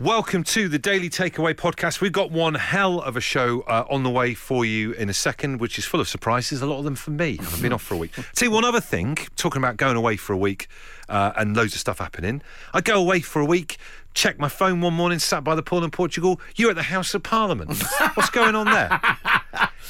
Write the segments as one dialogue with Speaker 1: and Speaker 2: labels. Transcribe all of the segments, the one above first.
Speaker 1: Welcome to the Daily Takeaway podcast. We've got one hell of a show uh, on the way for you in a second, which is full of surprises, a lot of them for me. I've been off for a week. See, one other thing, talking about going away for a week uh, and loads of stuff happening. I go away for a week, check my phone one morning, sat by the pool in Portugal. You're at the House of Parliament. What's going on there?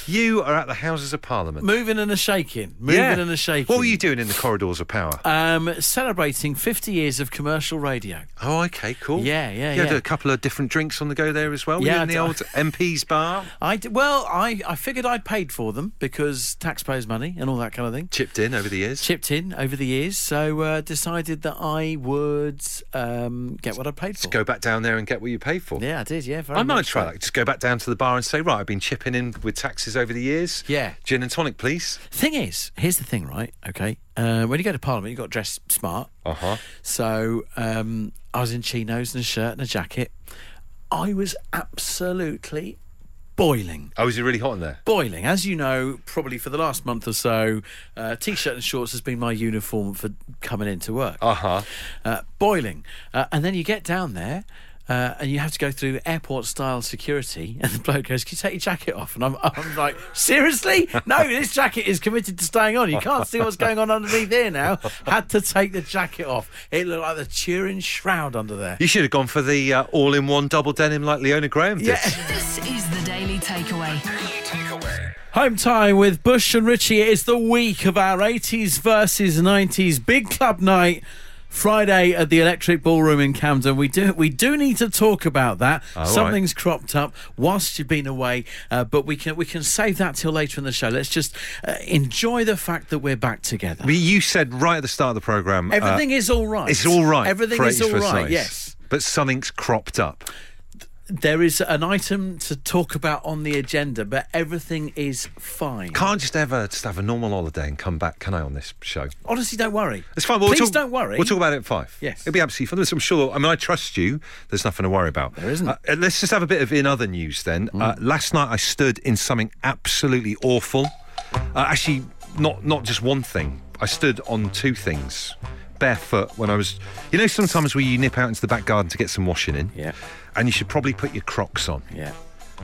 Speaker 1: You are at the Houses of Parliament.
Speaker 2: Moving and a shaking. Moving
Speaker 1: Yeah.
Speaker 2: and a shaking.
Speaker 1: What were you doing in the corridors of power?
Speaker 2: Um, celebrating 50 years of commercial radio.
Speaker 1: oh, okay, cool.
Speaker 2: yeah, yeah,
Speaker 1: You had
Speaker 2: yeah.
Speaker 1: a couple of different drinks on the go there as well. Were you
Speaker 2: Yeah,
Speaker 1: in
Speaker 2: I
Speaker 1: the
Speaker 2: d-
Speaker 1: old MP's bar.
Speaker 2: I d- well, I, I figured I'd paid for them because taxpayers' money and all that kind of thing.
Speaker 1: Chipped in over the years.
Speaker 2: Chipped in over the years, so uh, decided that I would um, get what I paid for.
Speaker 1: go back down there and get what you pay for.
Speaker 2: Yeah, I did. Yeah, very
Speaker 1: I might
Speaker 2: much
Speaker 1: try
Speaker 2: so.
Speaker 1: that. Just go back down to the bar and say, right, I've been chipping in with taxes over the years.
Speaker 2: Yeah.
Speaker 1: Gin and tonic, please.
Speaker 2: Thing is, here's the thing, right? Okay, uh, when you go to Parliament, you got to dress smart.
Speaker 1: Uh huh.
Speaker 2: So um, I was in chinos and a shirt and a jacket. I was absolutely boiling.
Speaker 1: Oh, is it really hot in there?
Speaker 2: boiling. As you know, probably for the last month or so, uh, t-shirt and shorts has been my uniform for coming into work.
Speaker 1: Uh huh.
Speaker 2: Uh, boiling, uh, and then you get down there. Uh, and you have to go through airport-style security, and the bloke goes, "Can you take your jacket off?" And I'm, I'm like, "Seriously? No, this jacket is committed to staying on. You can't see what's going on underneath here now." Had to take the jacket off. It looked like the Turin shroud under there.
Speaker 1: You should have gone for the uh, all in one double denim like Leona Graham did.
Speaker 2: Yeah.
Speaker 3: This is the Daily Takeaway.
Speaker 2: Home time with Bush and Richie. It is the week of our 80s versus 90s big club night. Friday at the Electric Ballroom in Camden. We do we do need to talk about that.
Speaker 1: right.
Speaker 2: Something's cropped up whilst you've been away, uh, but we can we can save that till later in the show. Let's just uh, enjoy the fact that we're back together.
Speaker 1: I mean, you said right at the start of the programme. uh,
Speaker 2: Everything is all right.
Speaker 1: it's all right.
Speaker 2: Everything
Speaker 1: for
Speaker 2: is
Speaker 1: 80s
Speaker 2: all
Speaker 1: versus
Speaker 2: right.
Speaker 1: 90s,
Speaker 2: Yes.
Speaker 1: But something's cropped up.
Speaker 2: There is an item to talk about on the agenda, but everything is fine.
Speaker 1: Can't just ever just have a normal holiday and come back, can I, on this show?
Speaker 2: Honestly, don't worry.
Speaker 1: It's fine. We'll
Speaker 2: Please
Speaker 1: talk,
Speaker 2: don't worry.
Speaker 1: We'll talk about it at five.
Speaker 2: Yes.
Speaker 1: It'll be absolutely fine. Listen, I'm sure. I mean, I trust you. There's nothing to worry about. There
Speaker 2: isn't. Hmm.
Speaker 1: Uh, let's just have a bit of in other news then. Uh, last night I stood in something absolutely awful. Uh, actually, not not just one thing. I stood on two things, barefoot. When I was, you know, sometimes where you nip out into the back garden to get some washing in.
Speaker 2: Yeah.
Speaker 1: And you should probably put your Crocs on.
Speaker 2: Yeah.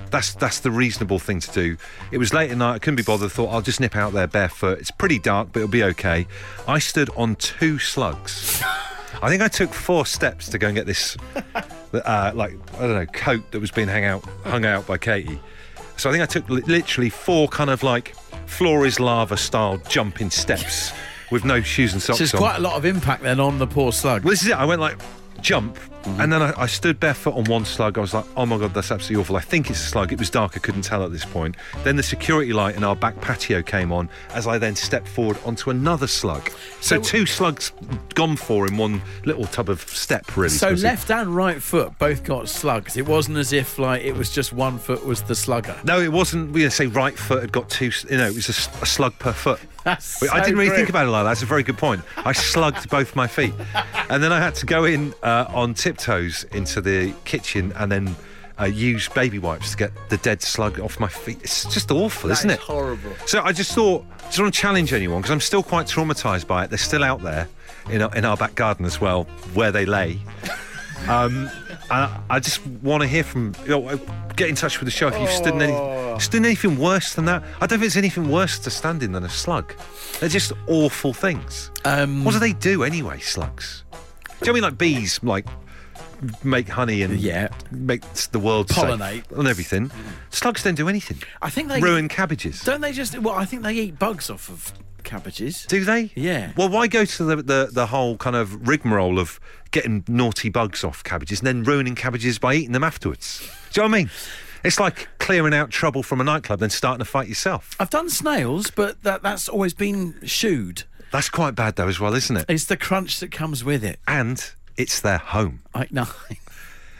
Speaker 1: That's that's the reasonable thing to do. It was late at night. I couldn't be bothered. Thought I'll just nip out there barefoot. It's pretty dark, but it'll be okay. I stood on two slugs. I think I took four steps to go and get this, uh, like I don't know, coat that was being hung out hung out by Katie. So I think I took li- literally four kind of like floor is lava style jumping steps with no shoes and socks
Speaker 2: So there's
Speaker 1: on.
Speaker 2: quite a lot of impact then on the poor slug.
Speaker 1: Well, this is it. I went like jump, and then I, I stood barefoot on one slug. I was like, oh my god, that's absolutely awful. I think it's a slug. It was dark. I couldn't tell at this point. Then the security light in our back patio came on as I then stepped forward onto another slug. So,
Speaker 2: So-
Speaker 1: two slugs gone for in one little tub of step, really.
Speaker 2: So
Speaker 1: Smithy.
Speaker 2: left and right foot both got slugs. It wasn't as if like it was just one foot was the slugger.
Speaker 1: No, it wasn't. We say right foot had got two. s- You know, it was a, s- a slug per foot.
Speaker 2: That's
Speaker 1: Wait, I
Speaker 2: so
Speaker 1: didn't really think
Speaker 2: rude.
Speaker 1: about it like that. That's a very good point. I slugged both my feet, and then I had to go in uh, on tiptoes into the kitchen and then uh, use baby wipes to get the dead slug off my feet. It's just awful,
Speaker 2: That
Speaker 1: isn't
Speaker 2: is
Speaker 1: it?
Speaker 2: horrible.
Speaker 1: So I just thought, just want to challenge anyone because I'm still quite traumatized by it. They're still out there in our, in our back garden as well, where they lay. Um, I, I just want to hear from you know, get in touch with the show if you've stood in
Speaker 2: Oh.
Speaker 1: any, stood in anything worse than that. I don't think there's anything worse to stand in than a slug. They're just awful things.
Speaker 2: Um,
Speaker 1: what do they do anyway, slugs? Do you know what I mean like bees, like make honey and
Speaker 2: Yeah.
Speaker 1: make the world safe
Speaker 2: Pollinate.
Speaker 1: and everything? Slugs don't do anything.
Speaker 2: I think they
Speaker 1: ruin cabbages.
Speaker 2: Don't they just? Well, I think they eat bugs off of cabbages.
Speaker 1: Do they?
Speaker 2: Yeah.
Speaker 1: Well, why go to the, the, the whole kind of rigmarole of getting naughty bugs off cabbages and then ruining cabbages by eating them afterwards? Do you know what I mean? It's like clearing out trouble from a nightclub, then starting a fight yourself.
Speaker 2: I've done snails, but that that's always been shooed.
Speaker 1: That's quite bad, though, as well, isn't it?
Speaker 2: It's the crunch that comes with it.
Speaker 1: And it's their home.
Speaker 2: I no.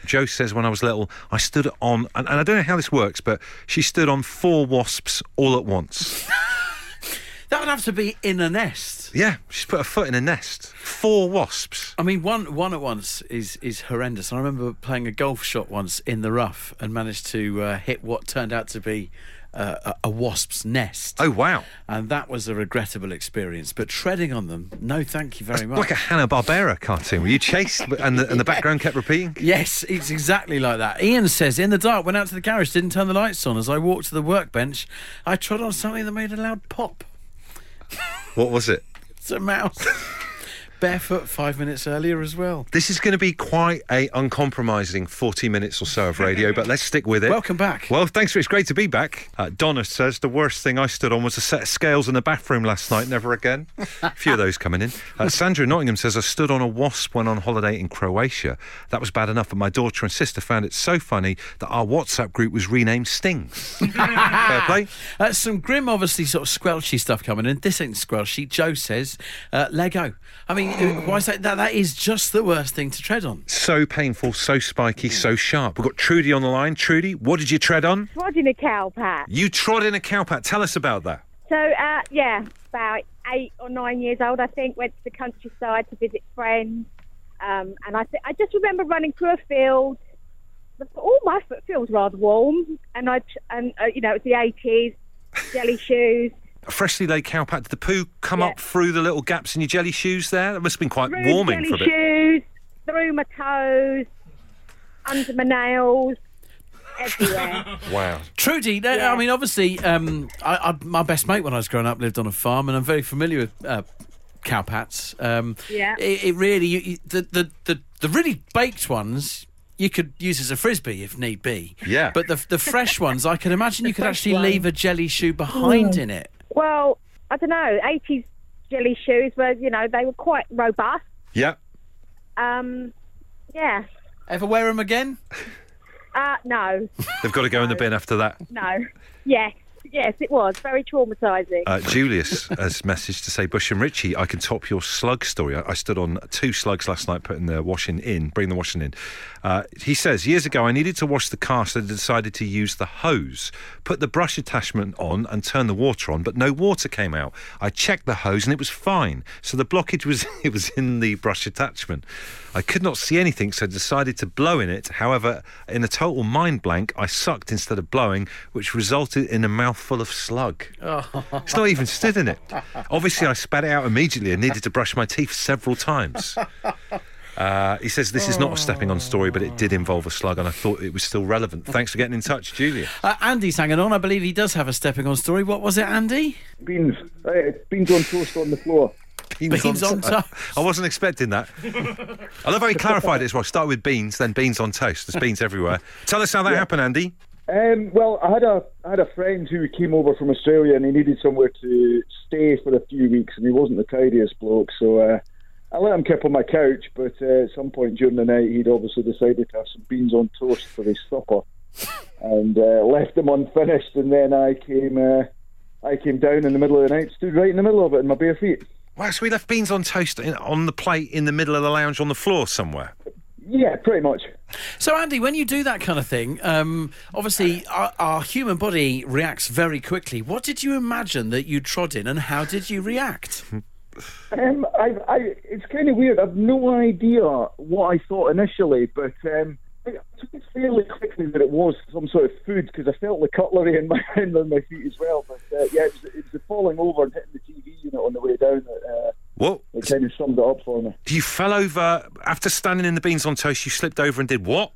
Speaker 1: Joe says when I was little, I stood on, and, and I don't know how this works, but she stood on four wasps all at once.
Speaker 2: That would have to be in a nest.
Speaker 1: yeah, she's put her foot in a nest. Four wasps.
Speaker 2: I mean, one one at once is is horrendous. I remember playing a golf shot once in the rough and managed to uh, hit what turned out to be a, a wasp's nest.
Speaker 1: Oh, wow.
Speaker 2: And that was a regrettable experience. But treading on them, no, thank you very much.
Speaker 1: Like a Hanna Barbera cartoon where you chased but- and the, and the background kept repeating.
Speaker 2: Yes, it's exactly like that. Ian says, in the dark, went out to the garage, didn't turn the lights on. As I walked to the workbench, I trod on something that made a loud pop.
Speaker 1: What was it?
Speaker 2: It's a mouse. Barefoot five minutes earlier as well.
Speaker 1: This is going to be quite a uncompromising 40 minutes or so of radio, but let's stick with it.
Speaker 2: Welcome back.
Speaker 1: Well, thanks. It's great to be back. Uh, Donna says the worst thing I stood on was a set of scales in the bathroom last night. Never again. a few of those coming in. Uh, Sandra in Nottingham says I stood on a wasp when on holiday in Croatia. That was bad enough, but my daughter and sister found it so funny that our WhatsApp group was renamed Stings. Fair play.
Speaker 2: Uh, some grim, obviously, sort of squelchy stuff coming in. This ain't squelchy. Joe says, uh, Lego. I mean, uh, why is that? that? That is just the worst thing to tread on.
Speaker 1: So painful, so spiky, so sharp. We've got Trudy on the line. Trudy, what did you tread on?
Speaker 4: Rodding a cow pat.
Speaker 1: You trod in a cowpat. Tell us about that.
Speaker 4: So, uh, yeah, about eight or nine years old, I think, went to the countryside to visit friends. Um, and I, th- I just remember running through a field. I thought, Oh, my foot feels rather warm. And I, tr- and uh, you know, it's the 80s, jelly shoes.
Speaker 1: A freshly laid cowpat. Did the poo come
Speaker 4: Yeah.
Speaker 1: up through the little gaps in your jelly shoes there? That must have been quite
Speaker 4: Through
Speaker 1: warming
Speaker 4: jelly
Speaker 1: for a bit.
Speaker 4: shoes, through my toes, under my nails, everywhere.
Speaker 1: Wow.
Speaker 2: Trudy, no, I mean, obviously, um, I, I, my best mate when I was growing up lived on a farm, and I'm very familiar with uh, cowpats. Um,
Speaker 4: Yeah.
Speaker 2: It, it really, you, you, the, the, the, the really baked ones. You could use as a frisbee if need be.
Speaker 1: Yeah.
Speaker 2: But the the fresh ones, I can imagine you could actually leave a jelly shoe behind in it.
Speaker 4: well, I don't know, 80s jelly shoes were, you know, they were quite robust.
Speaker 1: Yeah.
Speaker 4: Um, yeah.
Speaker 2: Ever wear them again?
Speaker 4: Uh, no,
Speaker 1: They've got to go in the bin after that.
Speaker 4: no. yes, yes, it was very traumatising.
Speaker 1: Uh, Julius has messaged to say, Bush and Richie, I can top your slug story. I, I stood on two slugs last night putting the washing in, bring the washing in. Uh, he says, years ago, I needed to wash the car, so I decided to use the hose. Put the brush attachment on and turn the water on, but no water came out. I checked the hose and it was fine. So the blockage was it was in the brush attachment. I could not see anything, so decided to blow in it. However, in a total mind blank, I sucked instead of blowing, which resulted in a mouthful of slug. It's not even stood in it. Obviously, I spat it out immediately and needed to brush my teeth several times. Uh, he says this is not a stepping on story, but it did involve a slug, and I thought it was still relevant. Thanks for getting in touch, Julia.
Speaker 2: Uh, Andy's hanging on. I believe he does have a stepping on story. What was it, Andy?
Speaker 5: Beans. Uh, beans on toast on the floor.
Speaker 2: Beans on toast.
Speaker 1: I wasn't expecting that. I love how he clarified it as well. Start with beans, then beans on toast. There's beans everywhere. Tell us how that happened, Andy.
Speaker 5: Um, well, I had a I had a friend who came over from Australia and he needed somewhere to stay for a few weeks and he wasn't the tidiest bloke, so uh, I let him keep on my couch. But uh, at some point during the night, he'd obviously decided to have some beans on toast for his supper and uh, left them unfinished. And then I came uh, I came down in the middle of the night, stood right in the middle of it in my bare feet.
Speaker 1: Wow, so we left beans on toast in, on the plate in the middle of the lounge on the floor somewhere.
Speaker 5: Yeah, pretty much.
Speaker 2: So, Andy, when you do that kind of thing, um, obviously our, our human body reacts very quickly. What did you imagine that you trod in, and how did you react?
Speaker 5: Um, I, I, it's kind of weird. I've no idea what I thought initially, but um, I took it fairly quickly that it was some sort of food because I felt the cutlery in my hand on my feet as well. But uh, yeah, it was, it was the falling over and hitting the TV unit on the way down that, uh,
Speaker 1: What?
Speaker 5: that kind of summed it up for me.
Speaker 1: You fell over after standing in the beans on toast. You slipped over and did what?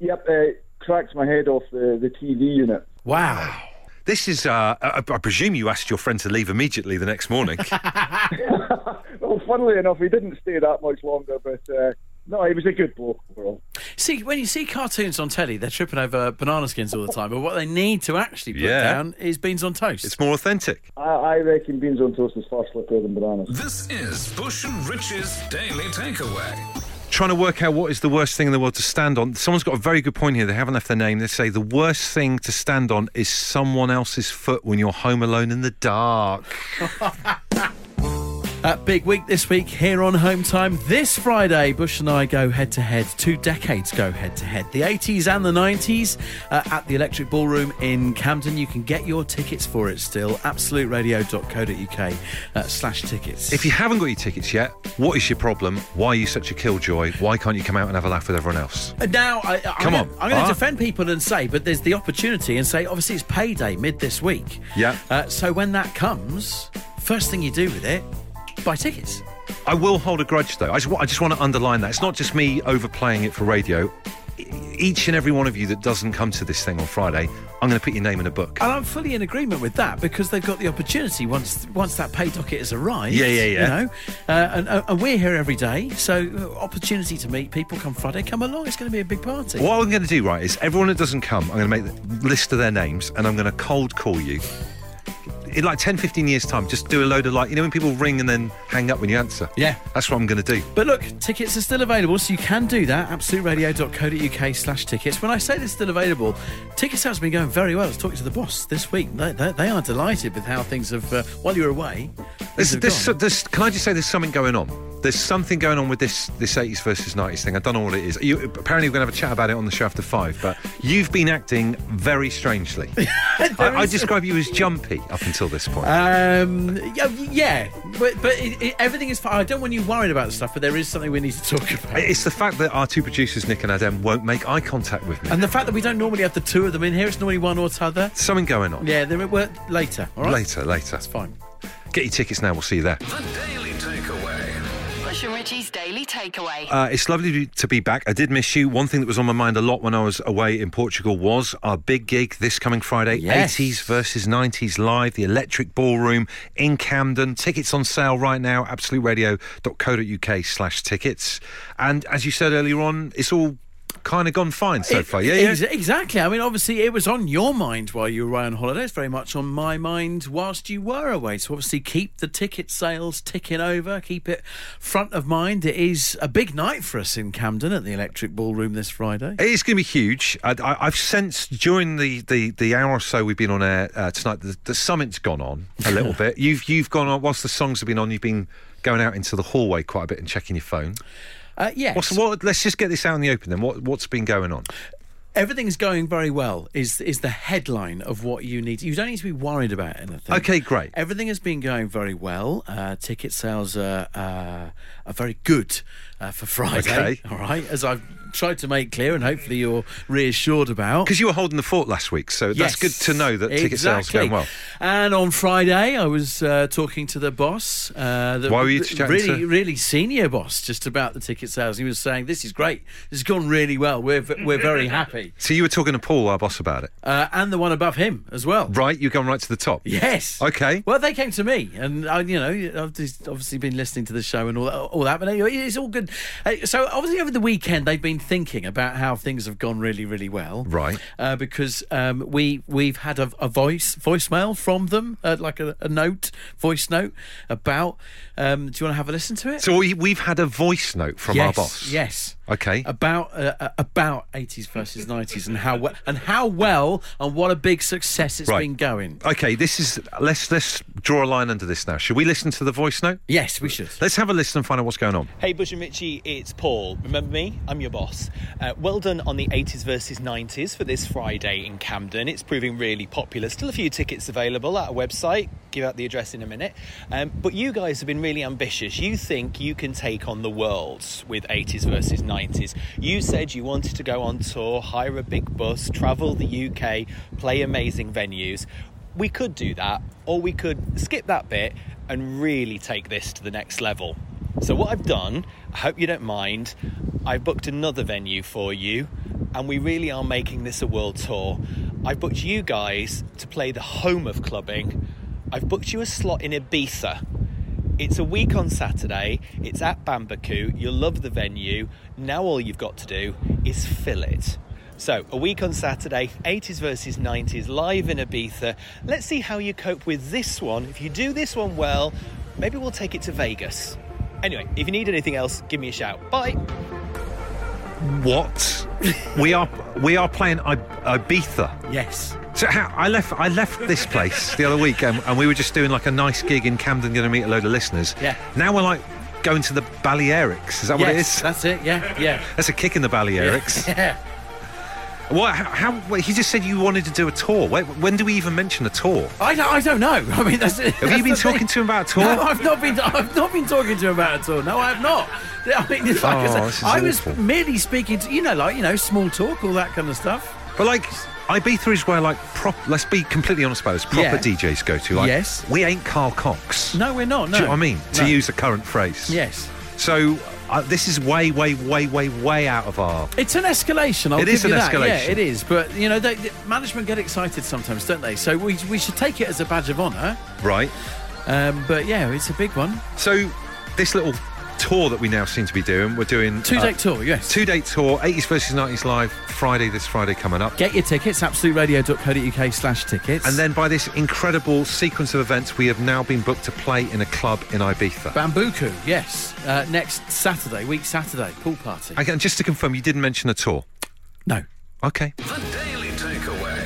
Speaker 5: Yep, uh, cracked my head off the, the TV unit.
Speaker 2: Wow.
Speaker 1: This is. Uh, I, I presume you asked your friend to leave immediately the next morning.
Speaker 5: Well, funnily enough, he didn't stay that much longer, but uh, no, he was a good bloke overall.
Speaker 2: See, when you see cartoons on telly, they're tripping over banana skins all the time, but what they need to actually put
Speaker 1: Yeah.
Speaker 2: down is beans on toast.
Speaker 1: it's more authentic.
Speaker 5: I, I reckon beans on toast is far slicker than bananas.
Speaker 6: This is Bush and Rich's Daily Takeaway.
Speaker 1: Trying to work out what is the worst thing in the world to stand on. Someone's got a very good point here. They haven't left their name. They say the worst thing to stand on is someone else's foot when you're home alone in the dark.
Speaker 2: Uh, big week this week here on Home Time. This Friday, Bush and I go head to head. Two decades go head to head. The 80s and the 90s uh, at the Electric Ballroom in Camden. You can get your tickets for it still. AbsoluteRadio.co.uk uh, slash tickets.
Speaker 1: If you haven't got your tickets yet, what is your problem? Why are you such a killjoy? Why can't you come out and have a laugh with everyone else?
Speaker 2: Uh, Now, I, I- I'm
Speaker 1: Come
Speaker 2: gonna,
Speaker 1: on,
Speaker 2: I'm going to
Speaker 1: huh?
Speaker 2: defend people and say, but there's the opportunity and say, obviously, it's payday mid this week.
Speaker 1: Yeah.
Speaker 2: Uh, so when that comes, first thing you do with it, buy tickets.
Speaker 1: I will hold a grudge though. I just, wa- I just want to underline that. It's not just me overplaying it for radio. E- Each and every one of you that doesn't come to this thing on Friday, I'm going to put your name in a book.
Speaker 2: And I'm fully in agreement with that because they've got the opportunity once once that pay docket has arrived.
Speaker 1: Yeah, yeah, yeah.
Speaker 2: You know, uh, and, uh, and we're here every day, so uh, opportunity to meet people come Friday. Come along, it's going to be a big party.
Speaker 1: What I'm going to do, right, is everyone that doesn't come, I'm going to make the list of their names and I'm going to cold call you. In like 10, 15 years' time, just do a load of like, you know, when people ring and then hang up when you answer?
Speaker 2: Yeah.
Speaker 1: That's what I'm going to do.
Speaker 2: But look, tickets are still available, so you can do that. AbsoluteRadio.co.uk slash tickets. When I say they're still available, ticket sales have been going very well. I was talking to the boss this week. They, they, they are delighted with how things have, uh, while you were away,
Speaker 1: There's,
Speaker 2: things have
Speaker 1: there's,
Speaker 2: gone.
Speaker 1: there's, can I just say there's something going on? There's something going on with this this 80s versus 90s thing. I don't know what it is. You, apparently, we're going to have a chat about it on the show after five, but you've been acting very strangely. I, I describe you as jumpy up until this point.
Speaker 2: Um, yeah, yeah, but, but it, it, everything is fine. I don't want you worried about stuff, but there is something we need to talk about.
Speaker 1: it's the fact that our two producers, Nick and Adam, won't make eye contact with me.
Speaker 2: And the fact that we don't normally have the two of them in here, it's normally one or t'other.
Speaker 1: something going on.
Speaker 2: Yeah, they're at work later, all right?
Speaker 1: Later, later.
Speaker 2: It's fine.
Speaker 1: Get your tickets now. We'll see you there.
Speaker 6: The Daily Takeaway.
Speaker 3: Bush and Richie's Daily Takeaway.
Speaker 1: Uh, it's lovely to be back. I did miss you. One thing that was on my mind a lot when I was away in Portugal was our big gig this coming Friday
Speaker 2: Yes.
Speaker 1: 80s versus 90s live, the Electric Ballroom in Camden. Tickets on sale right now, absoluteradio.co.uk slash tickets. And as you said earlier on, it's all kind of gone fine so
Speaker 2: It-
Speaker 1: far. Yeah, yeah.
Speaker 2: ex- Exactly. I mean, obviously, it was on your mind while you were away on holiday. It's very much on my mind whilst you were away. So, obviously, keep the ticket sales ticking over, keep it front of mind. It is a big night for us in Camden at the Electric Ballroom this Friday.
Speaker 1: It's going to be huge. I, I, I've sensed during the, the, the hour or so we've been on air uh, tonight, the, the summit's gone on a little bit. You've you've gone on whilst the songs have been on. You've been going out into the hallway quite a bit and checking your phone.
Speaker 2: Uh, yes.
Speaker 1: What's what? Let's just get this out in the open. Then what what's been going on?
Speaker 2: Everything's going very well is is the headline of what you need. You don't need to be worried about anything.
Speaker 1: Okay, great.
Speaker 2: Everything has been going very well. Uh, ticket sales are uh, are very good uh, for Friday.
Speaker 1: Okay.
Speaker 2: All right, as I've tried to make clear, and hopefully you're reassured about.
Speaker 1: Because you were holding the fort last week, so that's good
Speaker 2: Yes,
Speaker 1: to know that ticket sales are
Speaker 2: exactly.
Speaker 1: going well.
Speaker 2: And on Friday, I was uh, talking to the boss. Uh, the
Speaker 1: Why were you
Speaker 2: the
Speaker 1: chatting
Speaker 2: really,
Speaker 1: to-
Speaker 2: really senior boss just about the ticket sales? He was saying, "This is great. This has gone really well. We're v- we're very happy."
Speaker 1: So you were talking to Paul, our boss, about it,
Speaker 2: uh, and the one above him as well.
Speaker 1: right? You're going right to the top.
Speaker 2: Yes.
Speaker 1: Okay.
Speaker 2: Well, they came to me, and I, you know, I've just obviously been listening to the show and all that, all that. But anyway, it's all good. Uh, So obviously over the weekend they've been thinking about how things have gone really, really well.
Speaker 1: Right.
Speaker 2: Uh, because um, we we've had a, a voice voicemail from them, uh, like a, a note, voice note about. Um, do you want to have a listen to it?
Speaker 1: So we, we've had a voice note from
Speaker 2: yes,
Speaker 1: our boss.
Speaker 2: Yes.
Speaker 1: Okay.
Speaker 2: About uh, uh, about 80s versus 90s and how well and how well and what a big success it's
Speaker 1: Right.
Speaker 2: been going.
Speaker 1: Okay. This is let's let's draw a line under this now. Should we listen to the voice note?
Speaker 2: Yes, we should.
Speaker 1: Let's have a listen and find out what's going on.
Speaker 7: Hey Bush and Richie, it's Paul. Remember me? I'm your boss. Uh, well done on the 80s versus 90s for this Friday in Camden. It's proving really popular. Still a few tickets available at our website. Give out the address in a minute. Um, but you guys have been really ambitious. You think you can take on the world with 80s versus 90s. You said you wanted to go on tour, hire a big bus, travel the UK, play amazing venues we could do that, or we could skip that bit and really take this to the next level. So, what I've done, I hope you don't mind, I've booked another venue for you, and we really are making this a world tour. I've booked you guys to play the home of clubbing. I've booked you a slot in Ibiza. It's a week on Saturday. It's at Bambaku. You'll love the venue. Now all you've got to do is fill it. So, a week on Saturday, 80s versus 90s, live in Ibiza. Let's see how you cope with this one. If you do this one well, maybe we'll take it to Vegas. Anyway, if you need anything else, give me a shout. Bye.
Speaker 1: What? we are we are playing I- Ibiza.
Speaker 2: Yes.
Speaker 1: So how, I left I left this place the other week, and, and we were just doing like a nice gig in Camden, going to meet a load of listeners.
Speaker 2: Yeah.
Speaker 1: Now we're like going to the Balearics. Is that what it
Speaker 2: Yes,
Speaker 1: is?
Speaker 2: That's it. Yeah, yeah.
Speaker 1: That's a kick in the Balearics.
Speaker 2: Yeah.
Speaker 1: What? How? how wait, you just said you wanted to do a tour. Wait, when do we even mention a tour?
Speaker 2: I don't, I don't know. I mean, that's it.
Speaker 1: Have you been talking to him about a tour?
Speaker 2: No, I've not been. I've not been talking to him about it at all. No, I have not. I mean, it's like I,
Speaker 1: Oh,
Speaker 2: said,
Speaker 1: this is
Speaker 2: I was
Speaker 1: awful.
Speaker 2: merely speaking to you know, like you know, small talk, all that kind of stuff.
Speaker 1: But like Ibiza is where like prop. Let's be completely honest about this. Proper
Speaker 2: Yeah.
Speaker 1: DJs go to. Like,
Speaker 2: Yes.
Speaker 1: We ain't Carl Cox.
Speaker 2: No, we're not. No,
Speaker 1: Do you know what I mean?
Speaker 2: No.
Speaker 1: To use a current phrase.
Speaker 2: Yes,
Speaker 1: So uh, this is way, way, way, way, way out of our.
Speaker 2: it's an escalation. I'll
Speaker 1: It
Speaker 2: give
Speaker 1: is
Speaker 2: you
Speaker 1: an
Speaker 2: that.
Speaker 1: escalation.
Speaker 2: Yeah, it is. But you know, they, the- management get excited sometimes, don't they? So we we should take it as a badge of honour.
Speaker 1: Right.
Speaker 2: Um, but yeah, it's a big one.
Speaker 1: So this little tour that we now seem to be doing, we're doing
Speaker 2: Two day
Speaker 1: uh,
Speaker 2: tour. Yes.
Speaker 1: Two day tour, 80s versus 90s live, Friday, this Friday coming up.
Speaker 2: Get your tickets. Absoluteradio.co.uk slash tickets.
Speaker 1: And then by this incredible sequence of events, we have now been booked to play in a club in Ibiza.
Speaker 2: Bambuku. Yes. Uh, next Saturday, week Saturday, pool party.
Speaker 1: Again, just to confirm, you didn't mention a tour.
Speaker 2: no.
Speaker 1: Okay.
Speaker 6: The Daily Takeaway.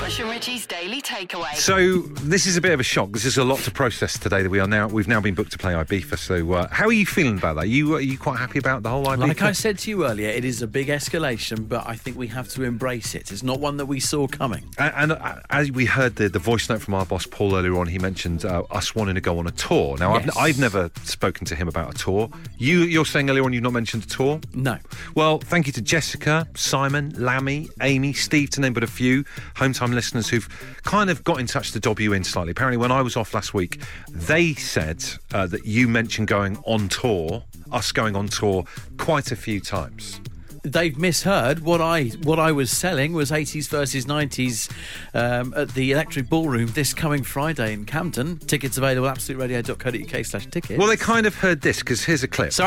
Speaker 3: Bush and Richie's Daily Takeaway.
Speaker 1: So this is a bit of a shock. This is a lot to process today that we are now we've now been booked to play Ibiza. So uh, how are you feeling about that? You uh, are you quite happy about the whole Ibiza?
Speaker 2: Like I said to you earlier, it is a big escalation, but I think we have to embrace it. It's not one that we saw coming.
Speaker 1: And, and uh, as we heard the, the voice note from our boss Paul earlier on, he mentioned uh, us wanting to go on a tour. Now
Speaker 2: Yes.
Speaker 1: I've, I've never spoken to him about a tour. You you're saying earlier on you've not mentioned a tour.
Speaker 2: No.
Speaker 1: Well, thank you to Jessica, Simon, Lammy, Amy, Steve, to name but a few hometime listeners who've kind of got in touch to dob you in slightly. Apparently, when I was off last week, they said uh, that you mentioned going on tour, us going on tour, quite a few times.
Speaker 2: They've misheard what I what I was selling was 80s versus 90s um, at the Electric Ballroom this coming Friday in Camden. Tickets available at absoluteradio.co.uk slash tickets.
Speaker 1: Well, they kind of heard this because here's a clip.
Speaker 2: so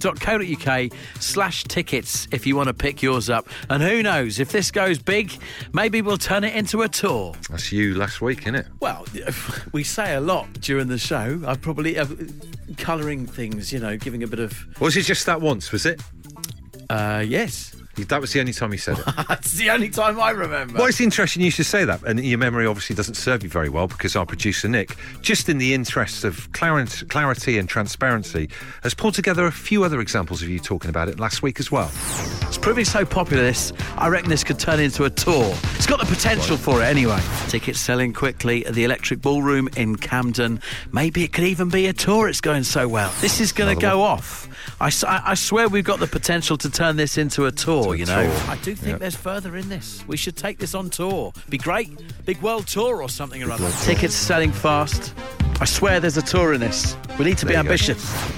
Speaker 2: absoluteradio.co.uk slash tickets if you want to pick yours up. And who knows, if this goes big, maybe we'll turn it into a tour.
Speaker 1: That's you last week, innit?
Speaker 2: Well, we say a lot during the show. I probably uh, colouring things, you know, giving a bit of
Speaker 1: Was it just that once? Was it?
Speaker 2: uh, yes.
Speaker 1: That was the only time you said it.
Speaker 2: That's the only time I remember.
Speaker 1: Well, it's interesting you should say that, and your memory obviously doesn't serve you very well because our producer Nick, just in the interests of clarence- clarity and transparency, has pulled together a few other examples of you talking about it last week as well.
Speaker 2: It's proving so popular. This, I reckon, this could turn into a tour. It's got the potential for it anyway. Tickets selling quickly at the Electric Ballroom in Camden. Maybe it could even be a tour. It's going so well. This is going to
Speaker 1: Another
Speaker 2: go off. I, s- I- I swear we've got the potential to turn this into a tour. you know,
Speaker 1: tour.
Speaker 2: I do think
Speaker 1: Yep.
Speaker 2: there's further in this. We should take this on tour. Be great, big world tour or something or other. Tickets selling fast. I swear there's a tour in this. We need to
Speaker 1: There
Speaker 2: be
Speaker 1: you go.
Speaker 2: ambitious.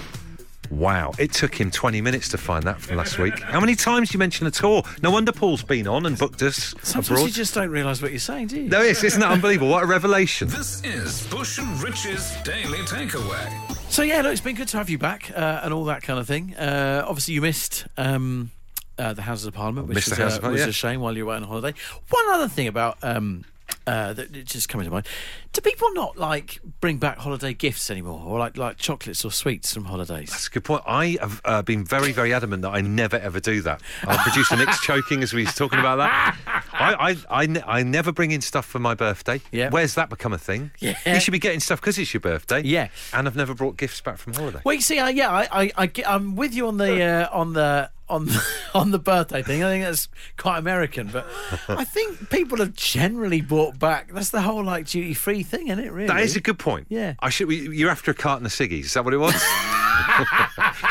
Speaker 1: Wow, it took him 20 minutes to find that from last week. How many times do you mention a tour? No wonder Paul's been on and booked us
Speaker 2: Sometimes
Speaker 1: abroad.
Speaker 2: you just don't realise what you're saying, do you?
Speaker 1: No, it's, isn't that unbelievable? What a revelation.
Speaker 6: This is Bush and Rich's Daily Takeaway.
Speaker 2: So yeah, look, it's been good to have you back uh, and all that kind of thing. Uh, obviously, you missed um, uh, the Houses of Parliament, which
Speaker 1: Missed the
Speaker 2: was,
Speaker 1: Houses
Speaker 2: uh,
Speaker 1: of Parliament,
Speaker 2: was
Speaker 1: yeah.
Speaker 2: a shame while you were away on holiday. One other thing about um, uh, that that just coming to mind: do people not like bring back holiday gifts anymore, or like like chocolates or sweets from holidays?
Speaker 1: That's a good point. I have uh, been very, very adamant that I never ever do that. Our producer Nick's choking as we was talking about that. I, I, I, ne- I never bring in stuff for my birthday.
Speaker 2: Yeah.
Speaker 1: Where's that become a thing?
Speaker 2: Yeah.
Speaker 1: You should be getting stuff because it's your birthday.
Speaker 2: Yeah.
Speaker 1: And I've never brought gifts back from holiday.
Speaker 2: Well, you see, I, yeah, I, I, I, get- I'm with you on the uh, on the on the, on the birthday thing. I think that's quite American, but I think people have generally brought back. That's the whole like duty free thing, isn't it? Really,
Speaker 1: That is a good point.
Speaker 2: Yeah.
Speaker 1: I should. we- You're after a carton of ciggies. Is that what it was? do you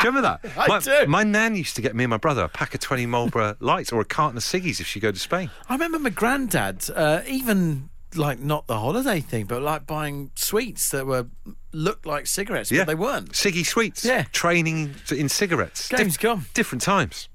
Speaker 1: remember that?
Speaker 2: I
Speaker 1: my,
Speaker 2: do.
Speaker 1: My nan used to get me and my brother a pack of 20 Marlboro lights or a carton of ciggies if she go to Spain.
Speaker 2: I remember my granddad, uh, even like not the holiday thing, but like buying sweets that were looked like cigarettes, but they weren't.
Speaker 1: Ciggy sweets.
Speaker 2: Yeah.
Speaker 1: Training in cigarettes.
Speaker 2: Game's gone.
Speaker 1: Different times.